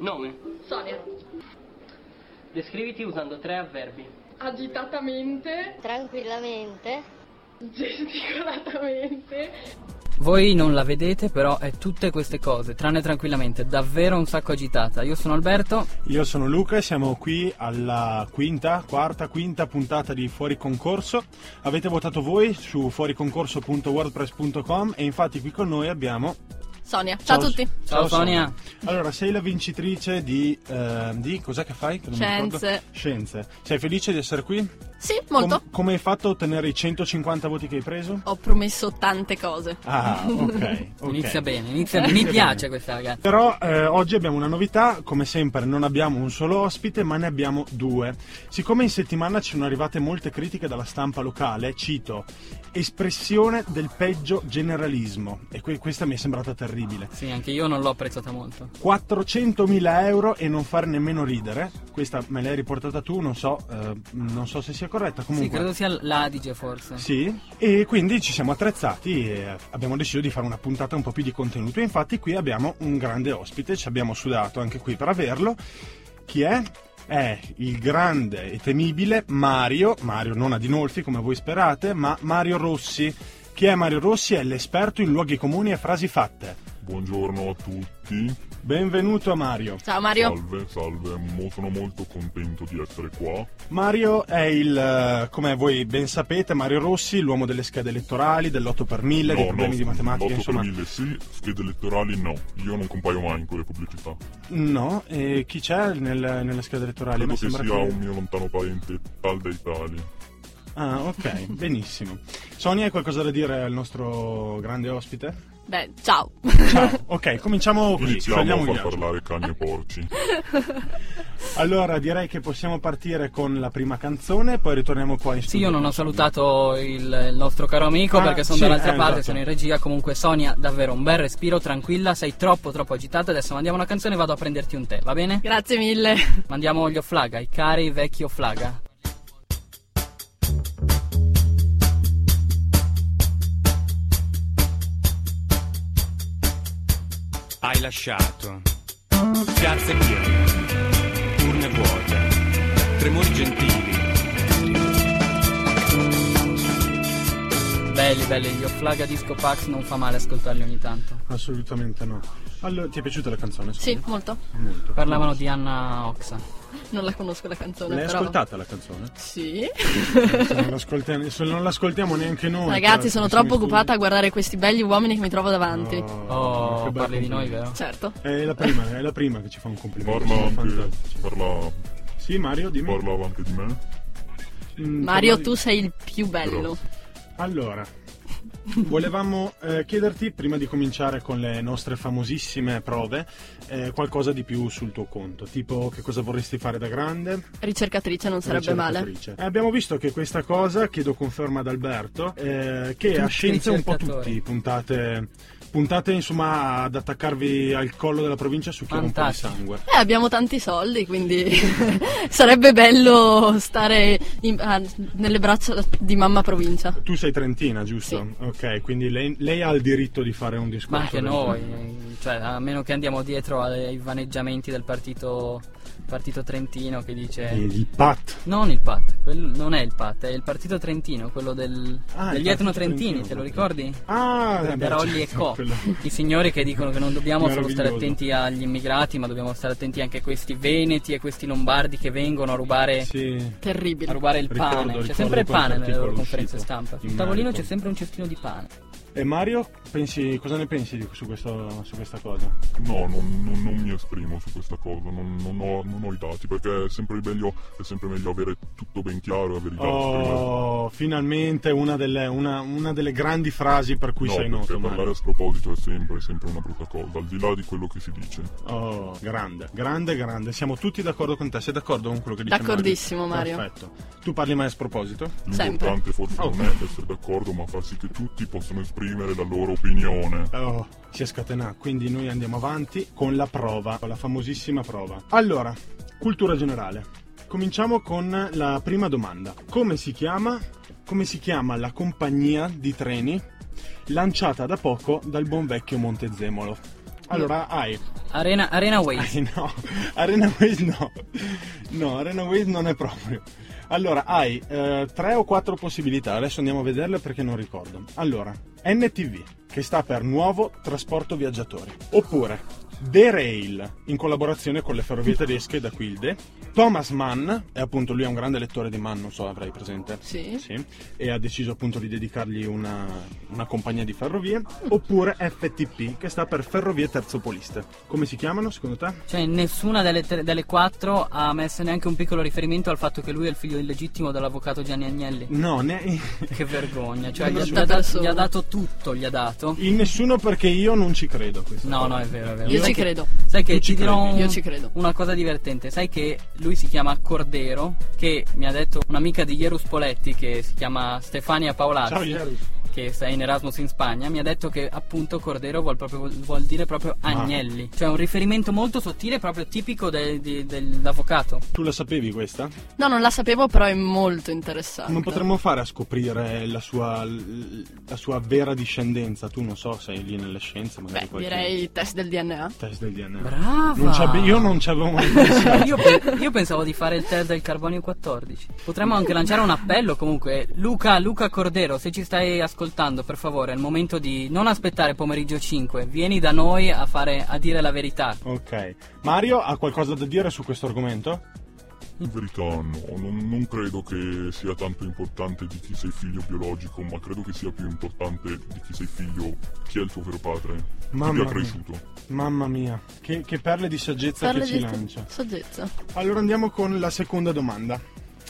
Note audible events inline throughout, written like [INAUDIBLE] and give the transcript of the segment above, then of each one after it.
Nome. Sonia. Descriviti usando tre avverbi. Agitatamente, [LAUGHS] Tranquillamente. gesticolatamente. Voi non la vedete, però è tutte queste cose, tranne tranquillamente, davvero un sacco agitata. Io sono Alberto, Io sono Luca e siamo qui alla quinta, quarta, quinta puntata di Fuori Concorso. Avete votato voi su fuoriconcorso.wordpress.com e infatti qui con noi abbiamo... Sonia, ciao, a tutti. Ciao, Sonia. Allora, sei la vincitrice di... eh, di cos'è che fai? Che non mi ricordo. Scienze. Scienze. Sei felice di essere qui? Sì, molto. Com- come hai fatto a ottenere i 150 voti che hai preso? Ho promesso tante cose. Ah, ok. ok. Inizia bene, inizia bene. [LAUGHS] Inizia Mi piace bene. questa ragazza. Però eh, oggi abbiamo una novità, come sempre non abbiamo un solo ospite ma ne abbiamo due. Siccome in settimana ci sono arrivate molte critiche dalla stampa locale, cito, espressione del peggio generalismo, e que- questa mi è sembrata terribile. Sì, anche io non l'ho apprezzata molto. 400.000 euro e non far nemmeno ridere, questa me l'hai riportata tu, non so, eh, non so se sia corretta, Sì, comunque... credo sia l'Adige forse. Sì, e quindi ci siamo attrezzati e abbiamo deciso di fare una puntata un po' più di contenuto. Infatti qui abbiamo un grande ospite, ci abbiamo sudato anche qui per averlo. Chi è? È il grande e temibile Mario, Mario non Adinolfi come voi sperate, ma Mario Rossi. Chi è Mario Rossi? È l'esperto in luoghi comuni e frasi fatte. Buongiorno a tutti, Benvenuto a Mario. Ciao Mario. salve, salve, Mo- sono molto contento di essere qua. Mario è il, eh, come voi ben sapete, Mario Rossi, l'uomo delle schede elettorali, dell'8 per 1000, dei problemi di matematica, 8 insomma. per 1000 sì, schede elettorali no, io non compaio mai in quelle pubblicità. No, e chi c'è nel- nella scheda elettorale? Credo Mi che sembra sia che- un mio lontano parente, tal dei tali. Ah, [LAUGHS] ok, benissimo. Sonia, hai qualcosa da dire al nostro grande [LAUGHS] ospite? Beh, [LAUGHS] ciao. Ciao. Ok, cominciamo qui. Iniziamo sciogliamo a gli far altri. parlare cani e [LAUGHS] porci. Allora, direi che possiamo partire con la prima canzone, poi ritorniamo qua in Sì, studio. io non ho salutato il, il nostro caro amico Ah, perché sono sì, dall'altra eh, parte, esatto. sono in regia. Comunque, Sonia, davvero un bel respiro, tranquilla, sei troppo, troppo agitata. Adesso mandiamo una canzone e vado a prenderti un tè, va bene? Grazie mille. Mandiamo gli Offlaga, i cari vecchi Offlaga. Hai lasciato piazze piene, urne vuote, tremori gentili. Belli, belli, gli Offlaga Disco Pax non fa male ascoltarli ogni tanto. Assolutamente no. Allora, ti è piaciuta la canzone? Sì, Sonia? molto. Molto. Parlavano di Anna Oxa. Non la conosco la canzone, L'hai però. ascoltata la [LAUGHS] canzone? Sì. Se non, l'ascoltiamo, se non l'ascoltiamo neanche noi. Ragazzi, sono tra- siamo in troppo occupata a studio. guardare questi belli uomini che mi trovo davanti. Oh, che Oh, bel parli di noi, complimento. vero? Certo. È la prima, è la prima che ci fa un complimento. Parla sono anche, fantastici. parla, Sì, Mario, dimmi. parlava anche di me. Mm, Mario, parla tu di- sei il più bello. Allora, volevamo eh, chiederti, prima di cominciare con le nostre famosissime prove, eh, qualcosa di più sul tuo conto. Tipo, che cosa vorresti fare da grande? Ricercatrice non sarebbe male. Ricercatrice. Eh, abbiamo visto che questa cosa, chiedo conferma ad Alberto, eh, che a Tutti scienze un po' ricercatori. tutti puntate... Puntate insomma ad attaccarvi al collo della provincia su chi ha un po' di Fantastico. sangue. Eh, abbiamo tanti soldi, quindi [LAUGHS] sarebbe bello stare in- ah, nelle braccia di mamma provincia. Tu sei trentina, giusto? Ok, quindi lei, lei ha il diritto di fare un discorso. Ma anche del genere. noi, cioè, a meno che andiamo dietro ai vaneggiamenti del partito, partito Trentino che dice... Il pat. Non il PAT, quello non è il PAT, è il partito trentino, quello del- Ah, il degli partito etnotrentini, trentino, te lo ok. ricordi? Ah, eh, beh, Berolli e certo, Co. quello- ecco, I signori che dicono che non dobbiamo solo stare Meraviglioso. attenti agli immigrati, ma dobbiamo stare attenti anche a questi veneti e questi lombardi che vengono a rubare, Sì. a Terribile. rubare il Ricordo- pane. ricordo c'è sempre il pane nelle quell'articolo loro conferenze uscito. stampa. Sul In tavolino merito. c'è sempre un cestino di pane. E Mario, pensi- cosa ne pensi di- su, questo- su questa cosa? No, non, non- non mi esprimo su questa cosa, non, non ho, non ho i dati, perché è sempre, meglio, è sempre meglio avere tutto ben chiaro e avere i dati prima. Oh, finalmente una delle, una- una delle grandi frasi per cui no, sei perché noto. parlare a Mario. sproposito è sempre, sempre una brutta cosa, al di là di quello che si dice. Oh, grande, grande, grande. Siamo tutti d'accordo con te. Sei d'accordo con quello che dice D'accordissimo, Mario. Perfetto. Tu parli mai a sproposito? L'importante forse Oh. non è essere d'accordo, ma far sì che tutti possano esprimere la loro opinione. Oh, si è scatenato, quindi noi andiamo avanti con la prova, con la famosissima prova. Allora, Cultura generale. Cominciamo con la prima domanda. Come si chiama? Come si chiama la compagnia di treni lanciata da poco dal buon vecchio Montezemolo? Allora hai Arena, Arena Waves. eh, no, Arena Waze no. No, Arena Waze non è proprio. Allora, hai eh, tre o quattro possibilità, adesso andiamo a vederle perché non ricordo. Allora, NTV, che sta per Nuovo Trasporto Viaggiatori. Oppure Derail, in collaborazione con le ferrovie tedesche da Quilde. Thomas Mann, e appunto lui è un grande lettore di Mann, non so, avrai presente. Sì. Sì, e ha deciso appunto di dedicargli una, una compagnia di ferrovie, oppure FTP, che sta per Ferrovie Terzopoliste. Come si chiamano secondo te? Cioè, nessuna delle, tre- delle quattro ha messo neanche un piccolo riferimento al fatto che lui è il figlio illegittimo dell'avvocato Gianni [LAUGHS] Agnelli. No, ne... Che vergogna, cioè gli Non ha, so. gli ha dato, Persona. gli ha dato tutto, gli ha dato. in nessuno perché io non ci credo. a questa No, cosa. no, è vero, è vero. Io Sai ci che- credo. Sai che Tu ti ci dirò credi? un- Io ci credo. una cosa divertente. Sai che lui si chiama Cordero, che mi ha detto un'amica di Ierus Poletti che si chiama Stefania Paolazzi. Ciao ieri. che sta in Erasmus in Spagna, mi ha detto che appunto Cordero vuol, proprio- vuol dire proprio agnelli, cioè un riferimento molto sottile, proprio tipico de- di- dell'avvocato. Tu la sapevi questa? No, non la sapevo, però è molto interessante. Non potremmo fare a scoprire la sua, la sua vera discendenza. Tu non so, sei lì nelle scienze, magari Beh, qualche direi test del DNA. test del DNA. Brava! Non ci abbi- io non ci avevo mai pensato. io, pe- io pensavo di fare il test del carbonio 14. Potremmo anche lanciare un appello comunque. Luca, Luca Cordero, se ci stai ascoltando, per favore, è il momento di non aspettare pomeriggio 5. Vieni da noi a, fare, a dire la verità. Ok. Mario ha qualcosa da dire su questo argomento? In verità no, non, non credo che sia tanto importante di chi sei figlio biologico, ma credo che sia più importante di chi sei figlio, chi è il tuo vero padre, chi Mamma ti mia. ha cresciuto. Mamma mia, che, che perle di saggezza Parla che ci di lancia. saggezza. Allora andiamo con la seconda domanda.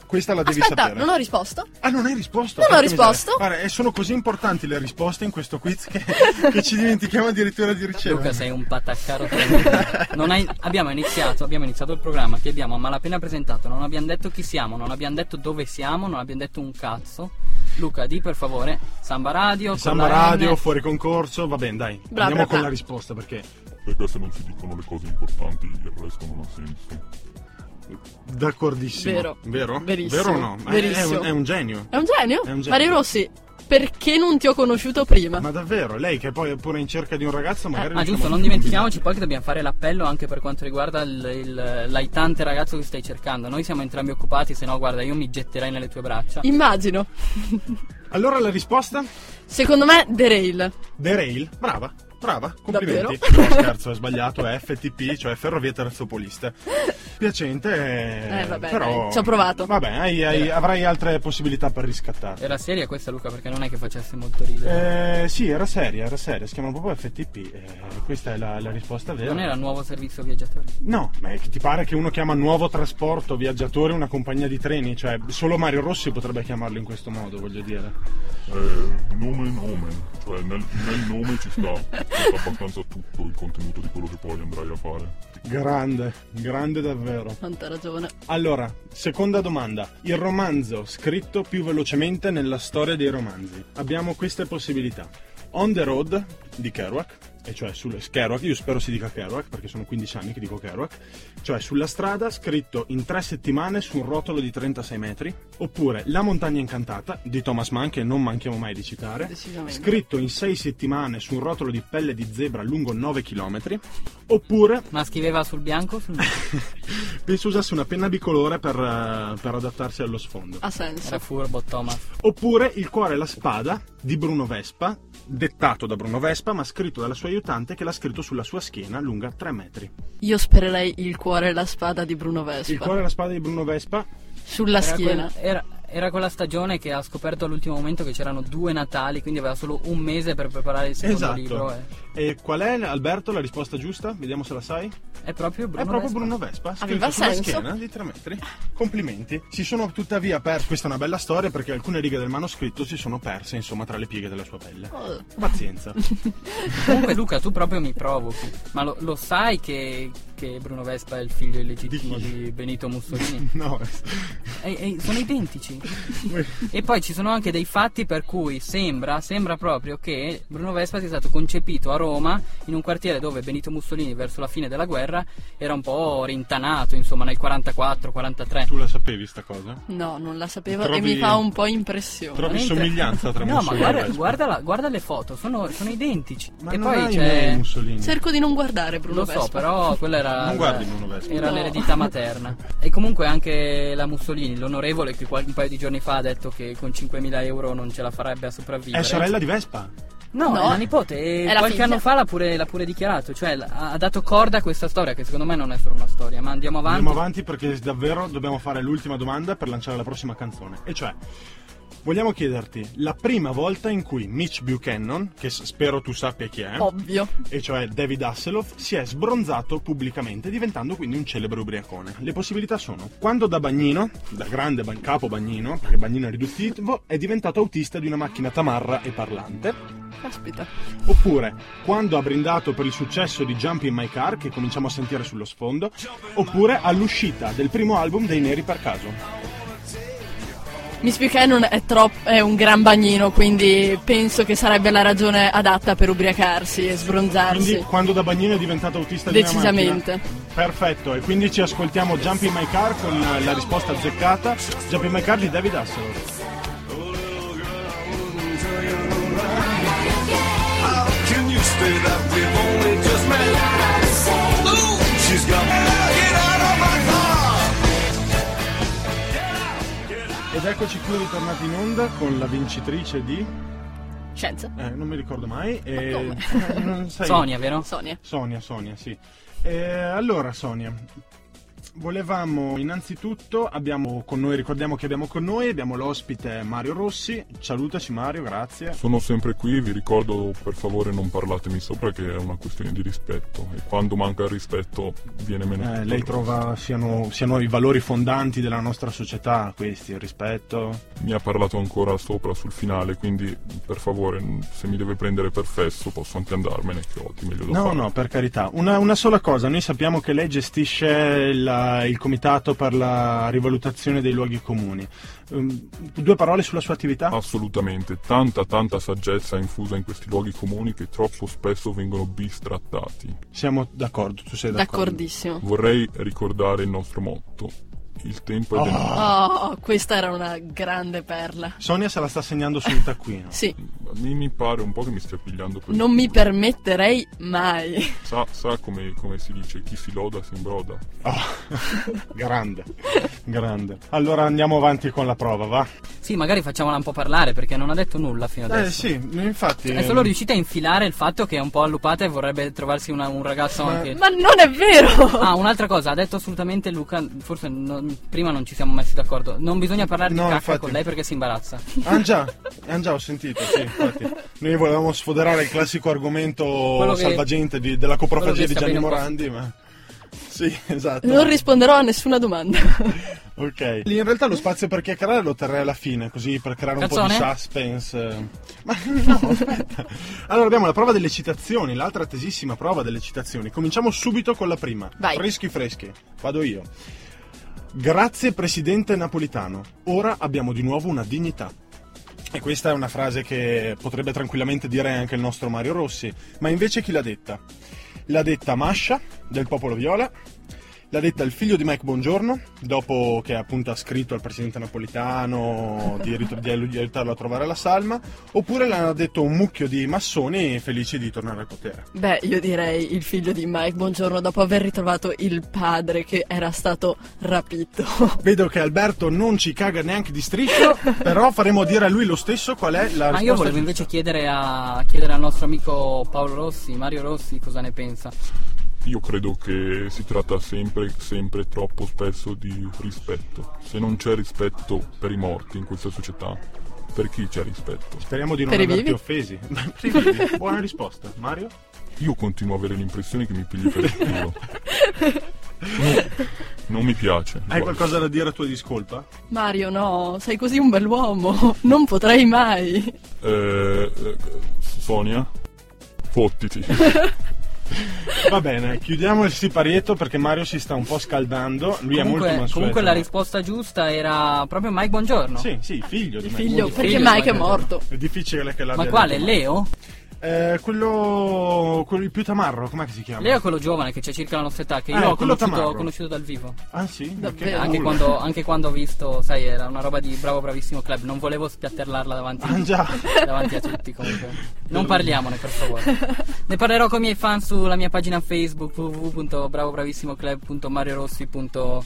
Questa la devi Aspetta, sapere. non ho risposto. Ah, non hai risposto? Non ho Porca miseria. risposto. Guarda, eh, sono così importanti le risposte in questo quiz [LAUGHS] che, che ci dimentichiamo addirittura di ricevere. Luca sei un pataccaro tremendo. Non hai- abbiamo, iniziato, abbiamo iniziato il programma Ti abbiamo a malapena presentato Non abbiamo detto chi siamo Non abbiamo detto dove siamo Non abbiamo detto un cazzo Luca di per favore Samba Radio con Samba la N. Radio, fuori concorso, va bene, dai. Bra, andiamo bra, con bra. la risposta perché Perché se non si dicono le cose importanti il resto non ha senso. d'accordissimo. Vero. Vero? Verissimo. Vero o no? Eh, È, Verissimo. un, è un genio. È un genio? È un genio. Mario Rossi, perché non ti ho conosciuto prima? Ma davvero, lei che poi è pure in cerca di un ragazzo, magari Ah riusciamo giusto a- Non dimentichiamoci poi che dobbiamo fare l'appello Anche per quanto riguarda il, il- l'aitante ragazzo che stai cercando Noi siamo entrambi occupati Se no guarda io mi getterei nelle tue braccia Immagino. Allora la risposta? Secondo me, derail. Derail, brava, brava, complimenti. Davvero? No, scherzo, è sbagliato, è FTP, cioè Ferrovie Terzopoliste. Piacente, eh, Eh, vabbè, però... dai, ci ho provato. Vabbè, hai- hai- avrai altre possibilità per riscattarti. Era seria questa Luca Perché non è che facesse molto ridere Eh, sì, era seria, era seria, si chiama proprio FTP, eh, questa è la, la risposta vera. Non era nuovo servizio viaggiatori No, ma è che ti pare che uno chiama nuovo trasporto viaggiatore una compagnia di treni? Cioè, solo Mario Rossi potrebbe chiamarlo in questo modo, voglio dire. Eh, nome e nome, cioè nel, nel nome ci sta, ci sta abbastanza tutto il contenuto di quello che poi andrai a fare. Grande, grande davvero. Quanta ragione. Allora, seconda domanda. Il romanzo scritto più velocemente nella storia dei romanzi. Abbiamo queste possibilità. On the Road di Kerouac, e cioè sul Kerouac, io spero si dica Kerouac perché sono 15 anni che dico Kerouac, cioè sulla strada scritto in tre settimane su un rotolo di 36 metri, oppure La montagna incantata di Thomas Mann che non manchiamo mai di citare, Decisamente. scritto in 6 settimane su un rotolo di pelle di zebra lungo 9 km, oppure Ma scriveva sul bianco o sul nero? Penso usasse una penna bicolore per, eh, per adattarsi allo sfondo. ha Era senso. furbo Thomas Oppure Il cuore e la spada di Bruno Vespa, dettato da Bruno Vespa, ma scritto dalla sua aiutante che l'ha scritto sulla sua schiena lunga 3 metri. Io spererei il cuore e la spada di Bruno Il Vespa. cuore e la spada di Bruno Vespa, Sulla Era schiena. quel- era, era quella stagione che ha scoperto all'ultimo momento che c'erano due Natali, quindi aveva solo un mese per preparare il secondo Esatto. libro. eh. e qual è Alberto la risposta giusta? Vediamo se la sai. È proprio Bruno. è proprio Vespa. Ah, Bruno Vespa, scritto Aveva sulla senso. schiena di 3 metri. Complimenti. Si sono tuttavia perse, questa è una bella storia perché alcune righe del manoscritto si sono perse, insomma, tra le pieghe della sua pelle. Oh. [LAUGHS] Pazienza. Comunque, Luca, tu proprio mi provochi. Ma lo, lo sai che, che che Bruno Vespa è il figlio illegittimo Di di, chi? Benito Mussolini. No, E- e sono [LAUGHS] identici. E poi ci sono anche dei fatti per cui sembra, sembra proprio che Bruno Vespa sia stato concepito a Roma, in un quartiere dove Benito Mussolini, verso la fine della guerra, era un po' rintanato, insomma, nel 44-43. tu la sapevi sta cosa? No, non la sapevo Trovi- e mi fa un po' impressione. Trovi Veramente? somiglianza tra No, ma Mussolini e guarda, Vespa? guarda, la- guarda le foto, sono, sono identici. Ma e non poi hai c'è. mai Mussolini. Cerco di non guardare Bruno Lo so, Vespa. però quella era. Non guardi Bruno Vespa. Era No. l'eredità materna. E comunque anche la Mussolini, l'onorevole che qualche un paio di giorni fa ha detto che con 5.000 euro non ce la farebbe a sopravvivere. È sorella di Vespa. No, No. è la nipote. E È la qualche figlia. anno fa l'ha pure, l'ha pure dichiarato. Cioè, l- ha dato corda a questa storia, che secondo me non è solo una storia. Ma andiamo avanti. Andiamo avanti perché davvero dobbiamo fare l'ultima domanda per lanciare la prossima canzone. E cioè, vogliamo chiederti la prima volta in cui Mitch Buchanan, che s- spero tu sappia chi Oh. è, Ovvio. e cioè David Hasselhoff, si è sbronzato pubblicamente, diventando quindi un celebre ubriacone. Le possibilità sono quando da bagnino, da grande ban- capo bagnino, perché bagnino è riduttivo, è diventato autista di una macchina tamarra e parlante. Caspita. Oppure quando ha brindato per il successo di Jump in My Car, che cominciamo a sentire sullo sfondo. Oppure all'uscita del primo album dei Neri per caso. Miss Buchanan è, troppo, è un gran bagnino, quindi penso che sarebbe la ragione adatta per ubriacarsi e sbronzarsi. Quindi quando da bagnino è diventato autista di una Decisamente. macchina. Perfetto, e quindi ci ascoltiamo Jump in My Car con la risposta azzeccata. Jump in My Car di David Hasselhoff. How can you stay that we've only just met? Ooh, she's got Get out of my car! Ed eccoci qui ritornati in onda con la vincitrice di... Scienza. Eh, non mi ricordo mai. E... come? eh, [LAUGHS] non sai- Sonia, vero? Sonia. Sonia, Sonia, sì. Eh, allora, Sonia, volevamo innanzitutto, abbiamo con noi, ricordiamo che abbiamo con noi, abbiamo l'ospite Mario Rossi. Salutaci Mario, grazie. Sono sempre qui, vi ricordo per favore non parlatemi sopra che è una questione di rispetto e quando manca il rispetto viene meno. Eh, tutto. lei trova siano, siano i valori fondanti della nostra società, questi, il rispetto. Mi ha parlato ancora sopra sul finale, quindi per favore n- se mi deve prendere per fesso posso anche andarmene che ho di meglio da No, fare. no, per carità. Una, una sola cosa, noi sappiamo che lei gestisce la- il comitato per la rivalutazione dei luoghi comuni. Ehm, due parole sulla sua attività? Oh. Assolutamente, tanta tanta saggezza è infusa in questi luoghi comuni che troppo spesso vengono bistrattati. Siamo d'accordo, tu sei d'accordo. D'accordissimo. Vorrei ricordare il nostro motto. Il tempo è denaro. Ah. Oh, questa era una grande perla. Sonia se la sta segnando [LAUGHS] sul taccuino. Sì, A me mi pare un po' che mi stia pigliando per il non mi culo. permetterei mai. Sa, sa come, come si dice, chi si loda si imbroda. [LAUGHS] Grande, Oh. grande. Allora andiamo avanti con la prova, va? Sì, magari facciamola un po' parlare perché non ha detto nulla Eh, fino adesso. sì, infatti. È solo riuscita a infilare il fatto che è un po' allupata e vorrebbe trovarsi una- un ragazzo anche. Ma non è vero! Ah, un'altra cosa, ha detto assolutamente Luca, forse non- prima non ci siamo messi d'accordo, non bisogna parlare di No, cacca infatti. con lei perché si imbarazza. Ah già, ah, già, ho sentito, sì, infatti. Noi volevamo sfoderare il classico argomento che- salvagente di- della coprofagia quello che di Gianni Sabino Morandi, ma... Sì, esatto. Non risponderò a nessuna domanda. ok. Lì in realtà lo spazio per chiacchierare lo terrei alla fine, così per creare un po' di Canzone? suspense. Ma [LAUGHS] no, aspetta. Allora abbiamo la prova delle citazioni, l'altra tesissima prova delle citazioni. Cominciamo subito con la prima. Vai. Freschi freschi. Vado io. Grazie presidente Napolitano. Ora abbiamo di nuovo una dignità. E questa è una frase che potrebbe tranquillamente dire anche il nostro Mario Rossi, ma invece chi l'ha detta? L'ha detta Mascia del Popolo Viola, l'ha detta il figlio di Mike Bongiorno, dopo che appunto ha scritto al presidente napolitano di, rit- di ai- di aiutarlo a trovare la salma, oppure l'ha detto un mucchio di massoni felici di tornare al potere. Beh, io direi il figlio di Mike, buongiorno, dopo aver ritrovato il padre che era stato rapito. [LAUGHS] Vedo che Alberto non ci caga neanche di [LAUGHS] striscio, però faremo dire a lui lo stesso qual è la risposta. Ma io volevo giusta. invece chiedere, a, chiedere al nostro amico Paolo Rossi, Mario Rossi, cosa ne pensa. Io credo che si tratta sempre, sempre troppo spesso di rispetto. Se non c'è rispetto per i morti in questa società, per chi c'è rispetto? Speriamo di non Per i averti vivi? offesi. Per [LAUGHS] i vivi. Buona risposta. Mario? Io continuo a avere l'impressione che mi pigli per il culo. [LAUGHS] No, non mi piace. Hai Guarda. qualcosa da dire a tua discolpa? Mario, no, sei così un bell'uomo, non potrei mai. Eh, eh, Sonia, fottiti. Va bene, chiudiamo il siparietto perché Mario si sta un po' scaldando. Lui è molto Comunque, mansueto. comunque la risposta giusta era proprio Mike Buongiorno. Sì, sì, figlio di me. Figlio, Figlio perché di Mike è Michael morto. È difficile che l'abbia Ma quale? detto Leo? Eh, quello, quello il più tamarro, com'è che si chiama? Leo è quello giovane che c'è circa la nostra età, che io Ah, ho quello conosciuto, tamarro. ho conosciuto dal vivo. Ah sì? Davvero? Che Anche culo. quando, anche quando ho visto, sai, era una roba di bravo bravissimo club, non volevo spiattellarla davanti, Ah già. davanti a tutti comunque. Non parliamone per favore. Ne parlerò con i miei fan sulla mia pagina Facebook www.bravobravissimoclub.mariorossi.ciao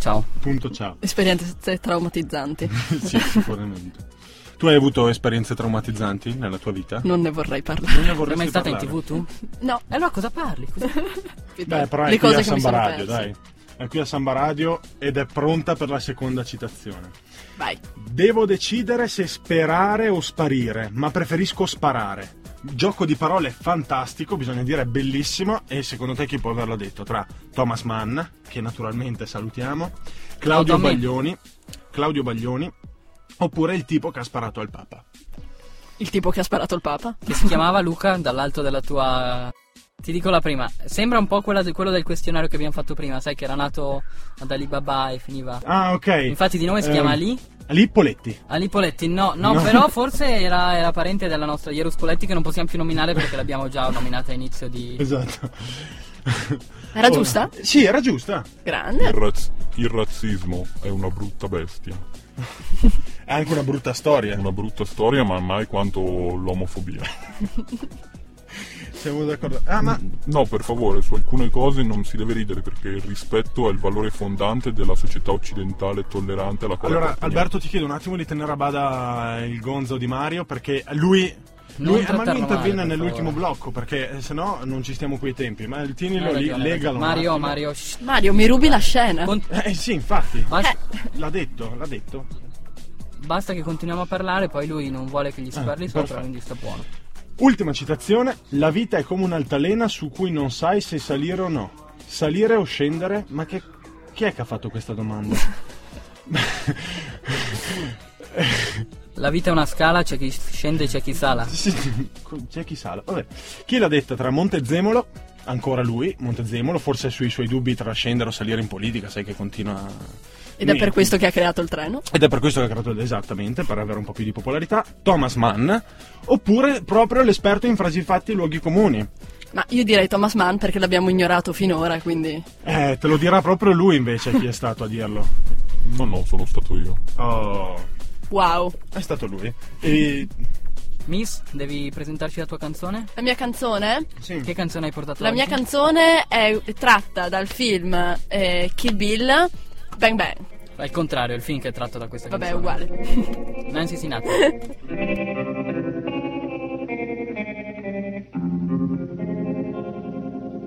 Ciao. Punto ciao. [LAUGHS] Esperienze traumatizzanti. sì, sicuramente. Tu hai avuto esperienze traumatizzanti nella tua vita? Non ne vorrei parlare. Non ne Sei vorresti mai stata in parlare? tv tu? No, E allora cosa parli? Cosa- Beh, però è le qui cose a che mi Samba sono Radio, perse. dai. È qui a Samba Radio ed è pronta per la seconda citazione. Vai. Devo decidere se sperare o sparire, ma preferisco sparare. Gioco di parole fantastico, bisogna dire bellissimo. E secondo te chi può averlo detto? Tra Thomas Mann, che naturalmente salutiamo, Claudio Tommy. Baglioni, Claudio Baglioni, oppure il tipo che ha sparato al Papa. Il tipo che ha sparato il Papa? che si chiamava Luca dall'alto della tua ti dico la prima sembra un po' quella de- quello del questionario che abbiamo fatto prima sai che era nato ad Alibaba e finiva Ah, ok. Ehm, infatti di nome si chiama Ali Ali Poletti. Ali Poletti no, no, No. però forse era, era parente della nostra Ierus Poletti che non possiamo più nominare perché l'abbiamo già nominata a inizio di Esatto. Oh, Era giusta? Sì, era giusta. Grande. Il, raz- il razzismo è una brutta bestia, È anche una brutta storia. una brutta storia, ma mai quanto l'omofobia. Siamo d'accordo. Ah, ma No, per favore, su alcune cose non si deve ridere perché il rispetto è il valore fondante della società occidentale tollerante alla quale allora apparteniamo. Alberto ti chiedo un attimo di tenere a bada il gonzo di Mario perché lui Non lui, eh, ma lui trattarlo interviene male, per nell'ultimo favore. blocco perché eh, sennò non ci stiamo coi tempi. Ma tienilo Hai lì, ragione, legalo. un Mario attimo. Mario shh. Mario, mi rubi la scena. Con- Eh sì, infatti. bas- L'ha detto, l'ha detto. basta che continuiamo a parlare poi lui non vuole che gli si Ah, parli perfetto. sopra quindi sta buono Ultima citazione, la vita è come un'altalena su cui non sai se salire o no. Salire o scendere? Ma che chi è che ha fatto questa domanda? la vita è una scala c'è chi scende e c'è chi sala Sì, C'è chi sa. Vabbè. Chi l'ha detta tra Montezemolo, ancora lui, Montezemolo, forse sui suoi dubbi tra scendere o salire in politica, sai che continua. Ed è per questo che ha creato il treno. Ed è per questo che ha creato esattamente, per avere un po' più di popolarità, Thomas Mann, oppure proprio l'esperto in frasi fatti e luoghi comuni. Ma io direi Thomas Mann perché l'abbiamo ignorato finora, quindi... Eh, te lo dirà proprio lui invece [LAUGHS] chi è stato a dirlo. No, no, sono stato io. Oh, Wow. è stato lui. E... Miss devi presentarci la tua canzone La mia canzone? Sì. Che canzone hai portato La oggi? mia canzone è tratta dal film eh, Kill Bill Bang Bang. Al contrario, il film che è tratto da questa Vabbè, è canzone. uguale. [LAUGHS] Nancy Sinatra.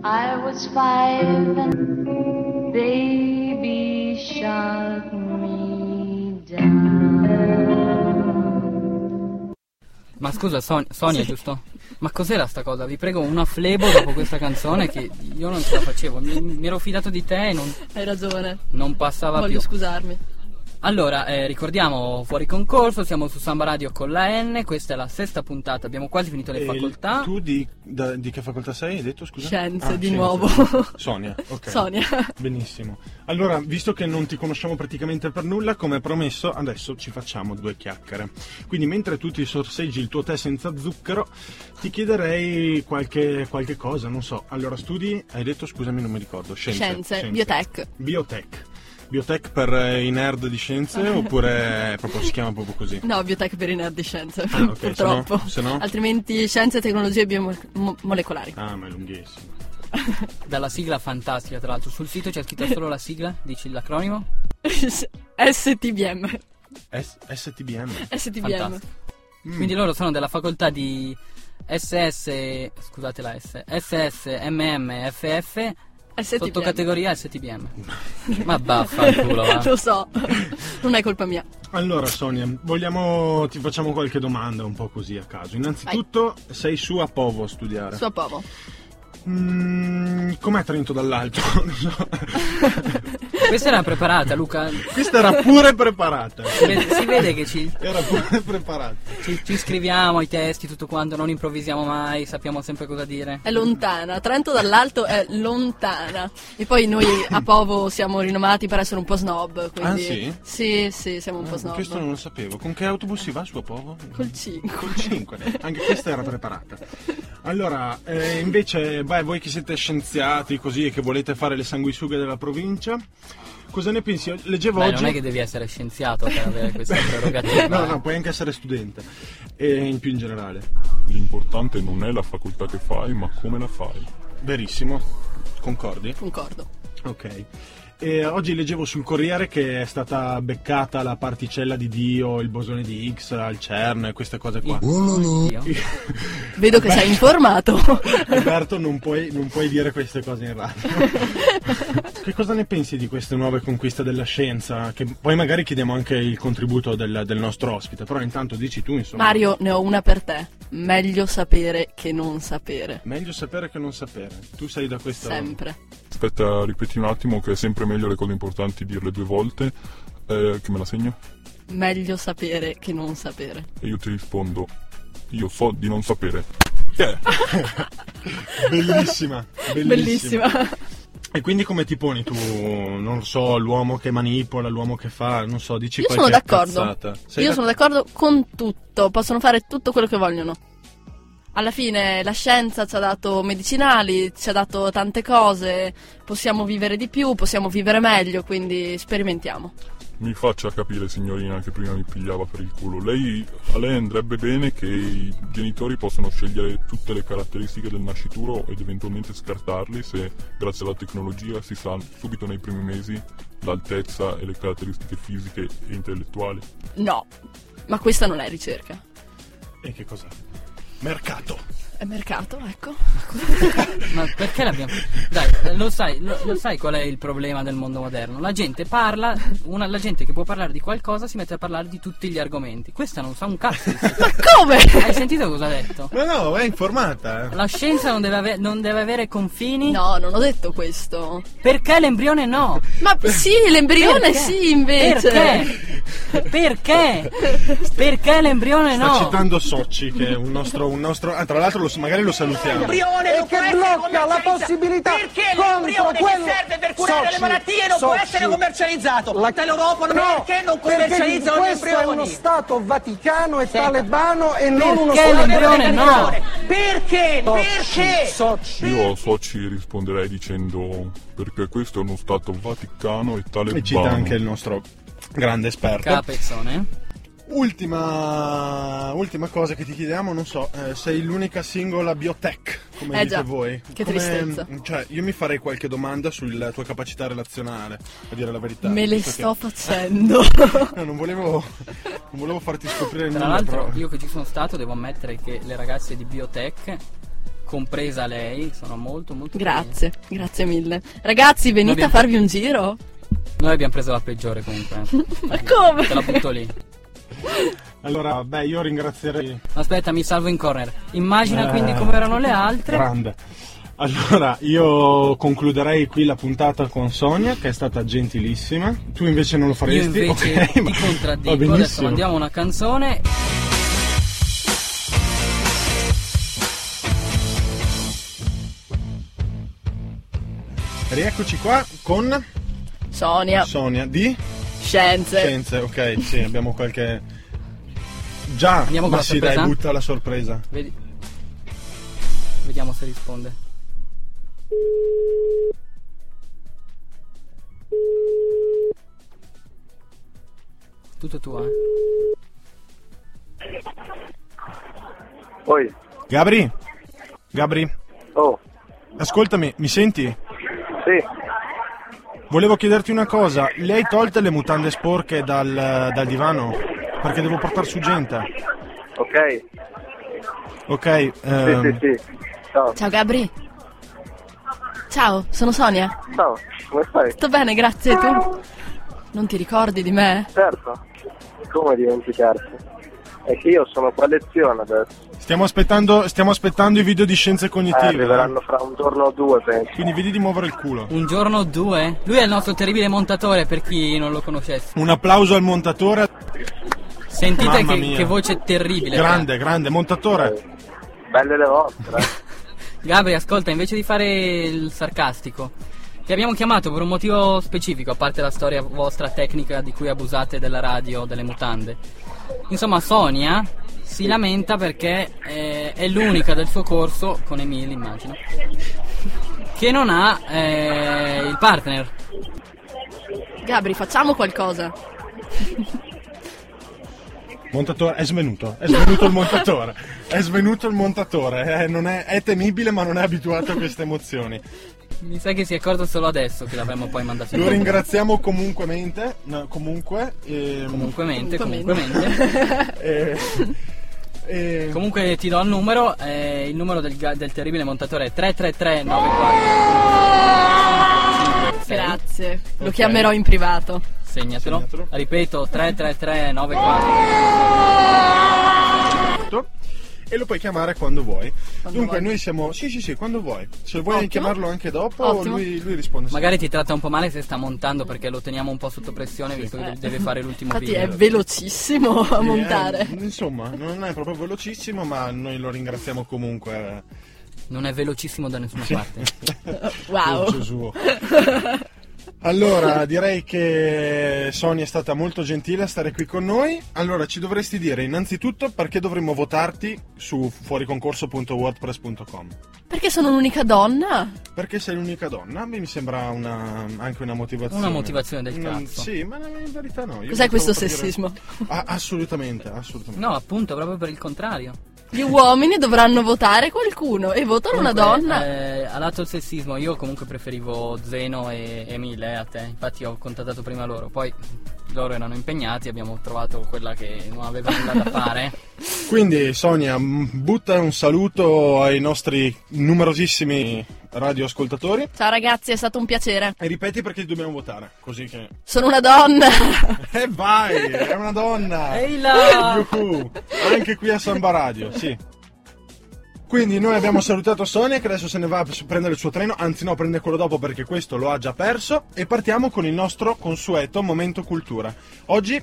I was five and baby shut me down. Ma scusa, Son- Sonia, giusto? Ma cos'era sta cosa? Vi prego, una flebo dopo questa canzone che io non ce la facevo. Mi, mi ero fidato di te e non, Hai ragione. non passava Voglio più. scusarmi. Allora, eh, ricordiamo, fuori concorso, siamo su Samba Radio con la N, questa è la sesta puntata, abbiamo quasi finito le E facoltà. Tu di, da- di che facoltà sei? Hai detto scusa? Scienze, Ah, di scienze. nuovo. Sonia, ok. Sonia. Benissimo. Allora, visto che non ti conosciamo praticamente per nulla, come promesso, adesso ci facciamo due chiacchiere. Quindi, mentre tu ti sorseggi il tuo tè senza zucchero, ti chiederei qualche, qualche cosa, non so. Allora, studi, hai detto, scusami, non mi ricordo. Scienze. [LAUGHS] Scienze, biotech. Biotech. Biotech per eh, i nerd di scienze [LAUGHS] oppure eh, proprio si chiama proprio così? No, biotech per i nerd di scienze, ok, purtroppo. se no- se no? Altrimenti scienze, tecnologie [LAUGHS] biomolecolari. Ah, ma è lunghissimo. Dalla sigla fantastica, tra l'altro. Sul sito c'è scritta solo la sigla, dici l'acronimo? STBM. S- STBM. STBM. Fantastico. Mm. Quindi loro sono della facoltà di SS, scusate la S, SSMMFF, STBM. sottocategoria STBM. Ma eh. baffanculo, va. [LAUGHS] Lo so, non è colpa mia. Allora Sonia, vogliamo, ti facciamo qualche domanda un po' così a caso. Innanzitutto sei su a Povo a studiare. Sua povo. [LAUGHS] Mm, com'è Trento dall'alto? Non so. Questa era preparata, Luca. Questa era pure preparata. Si vede, si vede che ci, Era pure preparata. ci- ci scriviamo i testi, tutto quanto, non improvvisiamo mai, sappiamo sempre cosa dire. È lontana, Trento dall'alto è lontana. E poi noi a Povo siamo rinomati per essere un po' snob. Quindi... Ah, Sì, sì, siamo un po' snob. Questo non lo sapevo. Con che autobus si va su a Povo? Col 5. Col 5. Anche questa era preparata. Allora, eh, invece, beh, voi che siete scienziati così e che volete fare le sanguisughe della provincia, cosa ne pensi? Io Leggevo Beh, oggi... non è che devi essere scienziato per avere questa prerogativa. No, no, puoi anche essere studente. E in più in generale. L'importante non è la facoltà che fai, ma come la fai. Verissimo. Concordi? Concordo. Ok. E oggi leggevo sul Corriere che è stata beccata la particella di Dio, il bosone di Higgs, al CERN e queste cose qua. Oddio. Vedo che sei [LAUGHS] informato. Alberto, non puoi, non puoi dire queste cose [LAUGHS] in radio. che cosa ne pensi di queste nuove conquiste della scienza? Che poi magari chiediamo anche il contributo del, del nostro ospite, però intanto dici tu, insomma. Mario, ne ho una per te. Meglio sapere che non sapere. Meglio sapere che non sapere. Tu sei da questa... Sempre. Aspetta, ripeti un attimo che è sempre meglio le cose importanti dirle due volte. Eh, che me la segno? Meglio sapere che non sapere. E io ti rispondo, io so di non sapere. Yeah. [LAUGHS] Bellissima, bellissima. Bellissima. E quindi come ti poni tu, non so, l'uomo che manipola, l'uomo che fa, non so, dici Io qualche sono d'accordo. cazzata. Sei Io d'ac- sono d'accordo con tutto, possono fare tutto quello che vogliono. Alla fine la scienza ci ha dato medicinali, ci ha dato tante cose, possiamo vivere di più, possiamo vivere meglio, quindi sperimentiamo. Mi faccia capire, signorina, che prima mi pigliava per il culo. Lei, a lei andrebbe bene che i genitori possano scegliere tutte le caratteristiche del nascituro ed eventualmente scartarli se, grazie alla tecnologia, si sa subito nei primi mesi l'altezza e le caratteristiche fisiche e intellettuali. No, ma questa non è ricerca. E che cos'è? Mercato. È mercato, ecco. Ma perché l'abbiamo. Dai, lo sai, lo, lo sai qual è il problema del mondo moderno? La gente parla, una- la gente che può parlare di qualcosa si mette a parlare di tutti gli argomenti. Questa non sa un cazzo. di- Ma come? [LAUGHS] Hai sentito cosa ha detto? Ma no, è informata. eh. La scienza non deve, ave- non deve avere confini? No, non ho detto questo. Perché l'embrione no? Ma sì, l'embrione Perché? sì invece. Perché? Perché? Perché l'embrione Sta no? citando Socci, che è un nostro... Un nostro ah, tra l'altro lo- magari lo salutiamo. e che blocca la possibilità perché l'embrione quello- che serve per curare le Soci, malattie non può soci. essere commercializzato dall'Europa No, perché non perché commercializzano gli questo è uno embrioni stato vaticano e talebano e non uno Perché stato l'embrione no? perché Soci, perché soci. Io a Soci risponderei dicendo perché questo è uno stato vaticano e tale E cita anche il nostro grande esperto. Capezzone. Ultima, ultima cosa che ti chiediamo, non so, eh, sei l'unica singola biotech, come Eh dite già, voi. che Come- tristezza. Cioè, io mi farei qualche domanda sulla tua capacità relazionale, a dire la verità. Me le Visto che- sto facendo. [LAUGHS] No, non volevo, non volevo farti scoprire Tra nulla, l'altro, però... io che ci sono stato, devo ammettere che le ragazze di Biotech, compresa lei, sono molto, molto. carine. Grazie, grazie mille. Ragazzi, venite a Abbiamo- farvi un giro? Noi abbiamo preso la peggiore comunque. Ma come? Te la butto lì. Allora, beh, io ringrazierei... Aspetta, mi salvo in corner. Immagina Eh, quindi come erano le altre. Grande. Allora, io concluderei qui la puntata con Sonia, che è stata gentilissima. Tu invece non lo Io faresti? invece ok, [LAUGHS] ma- ti va contraddico. Adesso benissimo. mandiamo una canzone. Rieccoci qua con Sonia, Sonia di scienze. Scienze. Ok, sì, abbiamo qualche... Già, Andiamo con ma la sì, dai, sorpresa? butta la sorpresa. Vedi- Vediamo se risponde. Tutto tuo, eh? Poi, Gabri? Gabri? oh, Ascoltami, mi senti? sì, Volevo chiederti una cosa, le hai tolte le mutande sporche dal, dal divano? Perché devo portare su gente. ok, Ok, ehm, sì, sì. Ciao, Ciao Gabri. Ciao, sono Sonia. ciao, come stai? Tutto bene, grazie. e Tu? Non ti ricordi di me? Certo, come dimenticarsi? È che io sono qua a lezione adesso. Stiamo aspettando, stiamo aspettando i video di scienze Eh, cognitive. arriveranno fra un giorno o due, penso. Quindi vedi di muovere il culo. Un giorno o due? Lui è il nostro terribile montatore per chi non lo conoscesse. Un applauso al montatore. Sentite Mamma che, mia. che voce terribile. Grande, grande, Eh. montatore. Belle le vostre. eh. Gabri, ascolta, invece di fare il sarcastico, ti abbiamo chiamato per un motivo specifico, a parte la storia vostra tecnica di cui abusate della radio, delle mutande. Insomma, Sonia si lamenta perché eh, è l'unica del suo corso, con Emil immagino, che non ha eh, il partner. Gabri, facciamo qualcosa. Montatore, è svenuto. È svenuto il montatore. È svenuto il montatore. eh, non è, è temibile, ma non è abituato a queste emozioni. Mi sa che si è accorto solo adesso che l'avremmo poi mandato in Lo onda. ringraziamo comunque mente. no, comunque. ehm, Comunque mente, comunque Comunque mente. [LAUGHS] eh, eh, Comunque ti do il numero, eh, il numero del, ga- del terribile montatore è 33394. Grazie. Lo Ok. chiamerò in privato. Segnatelo. Segnatelo. Ripeto, 33394. e lo puoi chiamare quando vuoi. Quando Dunque, vuoi. noi siamo. Sì, sì, sì, quando vuoi. Se vuoi Ottimo. chiamarlo anche dopo, Ottimo. lui, lui risponde. sempre. Magari ti tratta un po' male se sta montando perché lo teniamo un po' sotto pressione visto che Eh. deve fare l'ultimo Infatti video. è velocissimo a Sì, eh, montare. [LAUGHS] insomma, non è proprio velocissimo, ma noi lo ringraziamo comunque. Non è velocissimo da nessuna parte. Oh, Wow. Gesù. Allora, direi che Sonia è stata molto gentile a stare qui con noi. Allora, ci dovresti dire innanzitutto perché dovremmo votarti su fuoriconcorso.wordpress.com. Perché sono un'unica donna? Perché sei l'unica donna, mi sembra una- anche una motivazione. Una motivazione del Mm, cazzo. Sì, ma in verità no. io Cos'è volevo questo capire- sessismo? Ah, assolutamente, assolutamente. No, appunto, proprio per il contrario. Gli uomini dovranno votare qualcuno e votano una Comunque, donna. Eh, a lato il sessismo, io comunque preferivo Zeno e Emile eh, a te. Infatti ho contattato prima loro, poi loro erano impegnati, abbiamo trovato quella che non aveva nulla da [LAUGHS] fare. Quindi Sonia, m, butta un saluto ai nostri numerosissimi radioascoltatori Ciao ragazzi, è stato un piacere. e ripeti perché dobbiamo votare, così che... [LAUGHS] Sono una donna. [LAUGHS] E vai, è una [LAUGHS] donna! Ehi là! Yuhu, [LAUGHS] Anche qui a Samba Radio, sì. Quindi noi abbiamo salutato Sonia che adesso se ne va a prendere il suo treno, anzi no, prende quello dopo perché questo lo ha già perso e partiamo con il nostro consueto momento cultura. Oggi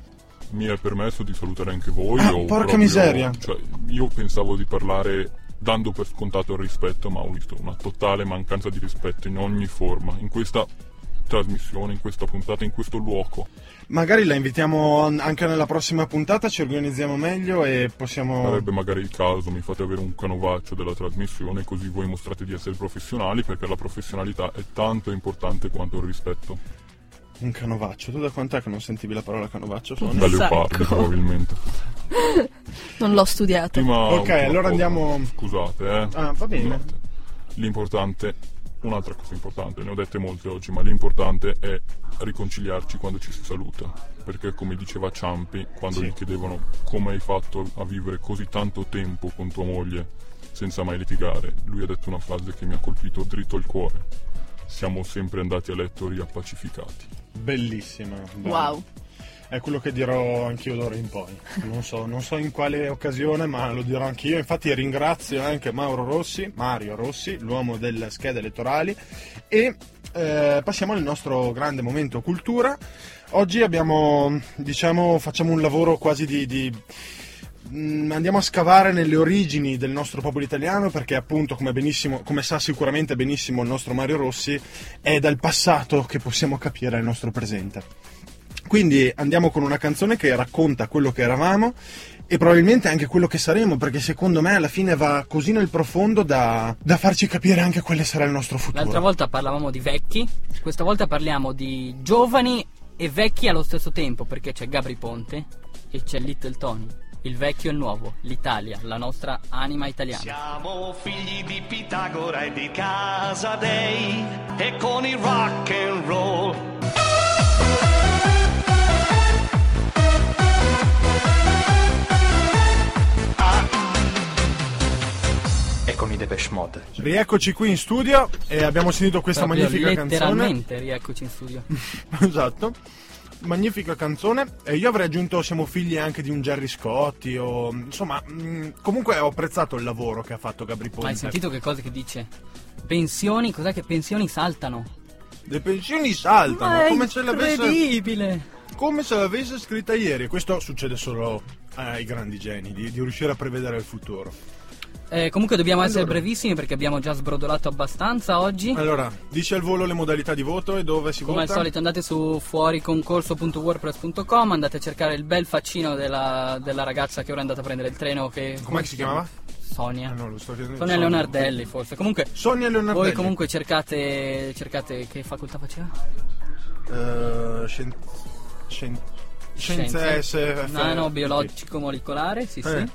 Mi è permesso di salutare anche voi. Ah, o porca miseria. cioè, io pensavo di parlare dando per scontato il rispetto, ma ho visto una totale mancanza di rispetto in ogni forma, in questa trasmissione, in questa puntata, in questo luogo. Mm. magari la invitiamo an- anche nella prossima puntata, ci organizziamo meglio e possiamo... Sarebbe magari il caso, mi fate avere un canovaccio della trasmissione, così voi mostrate di essere professionali, perché la professionalità è tanto importante quanto il rispetto. Un canovaccio, tu da quant'è che non sentivi la parola canovaccio? Sonia? Da leopardi, sacco. probabilmente. Non l'ho studiato. Prima, Ok, ultima allora cosa. andiamo- Scusate, eh. Ah, va bene. Scusate. L'importante, un'altra cosa importante, ne ho dette molte oggi, ma l'importante è riconciliarci quando ci si saluta. Perché, come diceva Ciampi, quando Sì. gli chiedevano come hai fatto a vivere così tanto tempo con tua moglie senza mai litigare, lui ha detto una frase che mi ha colpito dritto al cuore. Siamo sempre andati a letto riappacificati. Bellissima. brava. Wow. È quello che dirò anch'io d'ora in poi. Non so, non so in quale occasione, ma lo dirò anch'io. Infatti ringrazio anche Mauro Rossi, Mario Rossi, l'uomo delle schede elettorali. E eh, passiamo al nostro grande momento cultura. Oggi abbiamo, diciamo, facciamo un lavoro quasi di- di Mm, andiamo a scavare nelle origini del nostro popolo italiano perché appunto come, benissimo, come sa sicuramente benissimo il nostro Mario Rossi è dal passato che possiamo capire il nostro presente quindi andiamo con una canzone che racconta quello che eravamo e probabilmente anche quello che saremo perché secondo me alla fine va così nel profondo da, da farci capire anche quale sarà il nostro L'altra futuro volta parlavamo di vecchi, questa volta parliamo di giovani e vecchi allo stesso tempo, perché c'è Gabri Ponte e c'è Little Tony. Il vecchio e il nuovo, l'Italia, la nostra anima italiana. Siamo figli di Pitagora e di Casa Dei e con il rock and roll. Ah. E con i Depeche Mode. rieccoci qui in studio e abbiamo sentito questa Proprio magnifica canzone letteralmente rieccoci in studio. [LAUGHS] esatto magnifica canzone. E io avrei aggiunto Siamo figli anche di un Jerry Scotti. O, insomma, mh, comunque ho apprezzato il lavoro che ha fatto Gabri Ponte. Ma hai sentito che cosa che dice? Pensioni, cos'è che pensioni saltano? Le pensioni saltano. Ma è come se l'avesse, incredibile! come se l'avesse scritta ieri. Questo succede solo ai grandi geni, di, di riuscire a prevedere il futuro. Eh, comunque dobbiamo essere brevissimi perché abbiamo già sbrodolato abbastanza oggi. Allora, dice al volo le modalità di voto e dove si Come al vota. solito andate su fuoriconcorso.wordpress.com, andate a cercare il bel faccino della, della ragazza che ora è andata a prendere il treno. Che, Com'è che si chiamava? Sonia. Ah, no, lo sto chiedendo. Sonia Leonardelli forse. Comunque Sonia Leonardelli. voi comunque cercate, cercate che facoltà faceva? Eh, scien- scien- scienze SF. Nanobiologico molecolare, sì Eh. sì.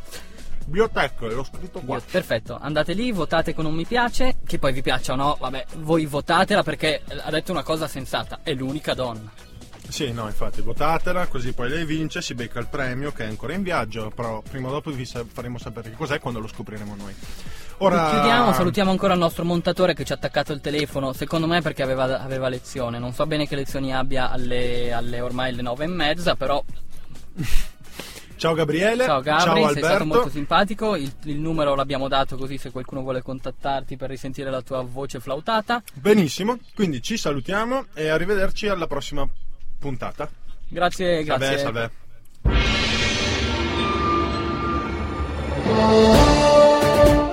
Biotech, l'ho scritto qua. Perfetto, andate lì, votate con un mi piace, che poi vi piaccia o no, vabbè, voi votatela perché ha detto una cosa sensata, è l'unica donna. Sì, no, infatti, votatela, così poi lei vince, si becca il premio che è ancora in viaggio, però prima o dopo vi sa- faremo sapere che cos'è quando lo scopriremo noi. Ora Chiudiamo, salutiamo ancora il nostro montatore che ci ha attaccato il telefono, secondo me perché aveva, aveva lezione, non so bene che lezioni abbia alle, alle ormai le nove e mezza, però Ciao Gabriele, ciao Gabri, ciao sei Alberto. stato molto simpatico, il, il numero l'abbiamo dato così se qualcuno vuole contattarti per risentire la tua voce flautata. Benissimo, quindi ci salutiamo e arrivederci alla prossima puntata. Grazie, grazie. Salve, salve.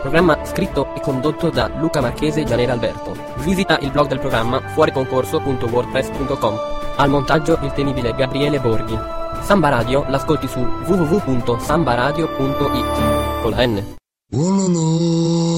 Programma scritto e condotto da Luca Marchese e Gianera Alberto. Visita il blog del programma fuoriconcorso.wordpress.com. Al montaggio il temibile Gabriele Borghi. Samba Radio l'ascolti su www.sambaradio.it con la N.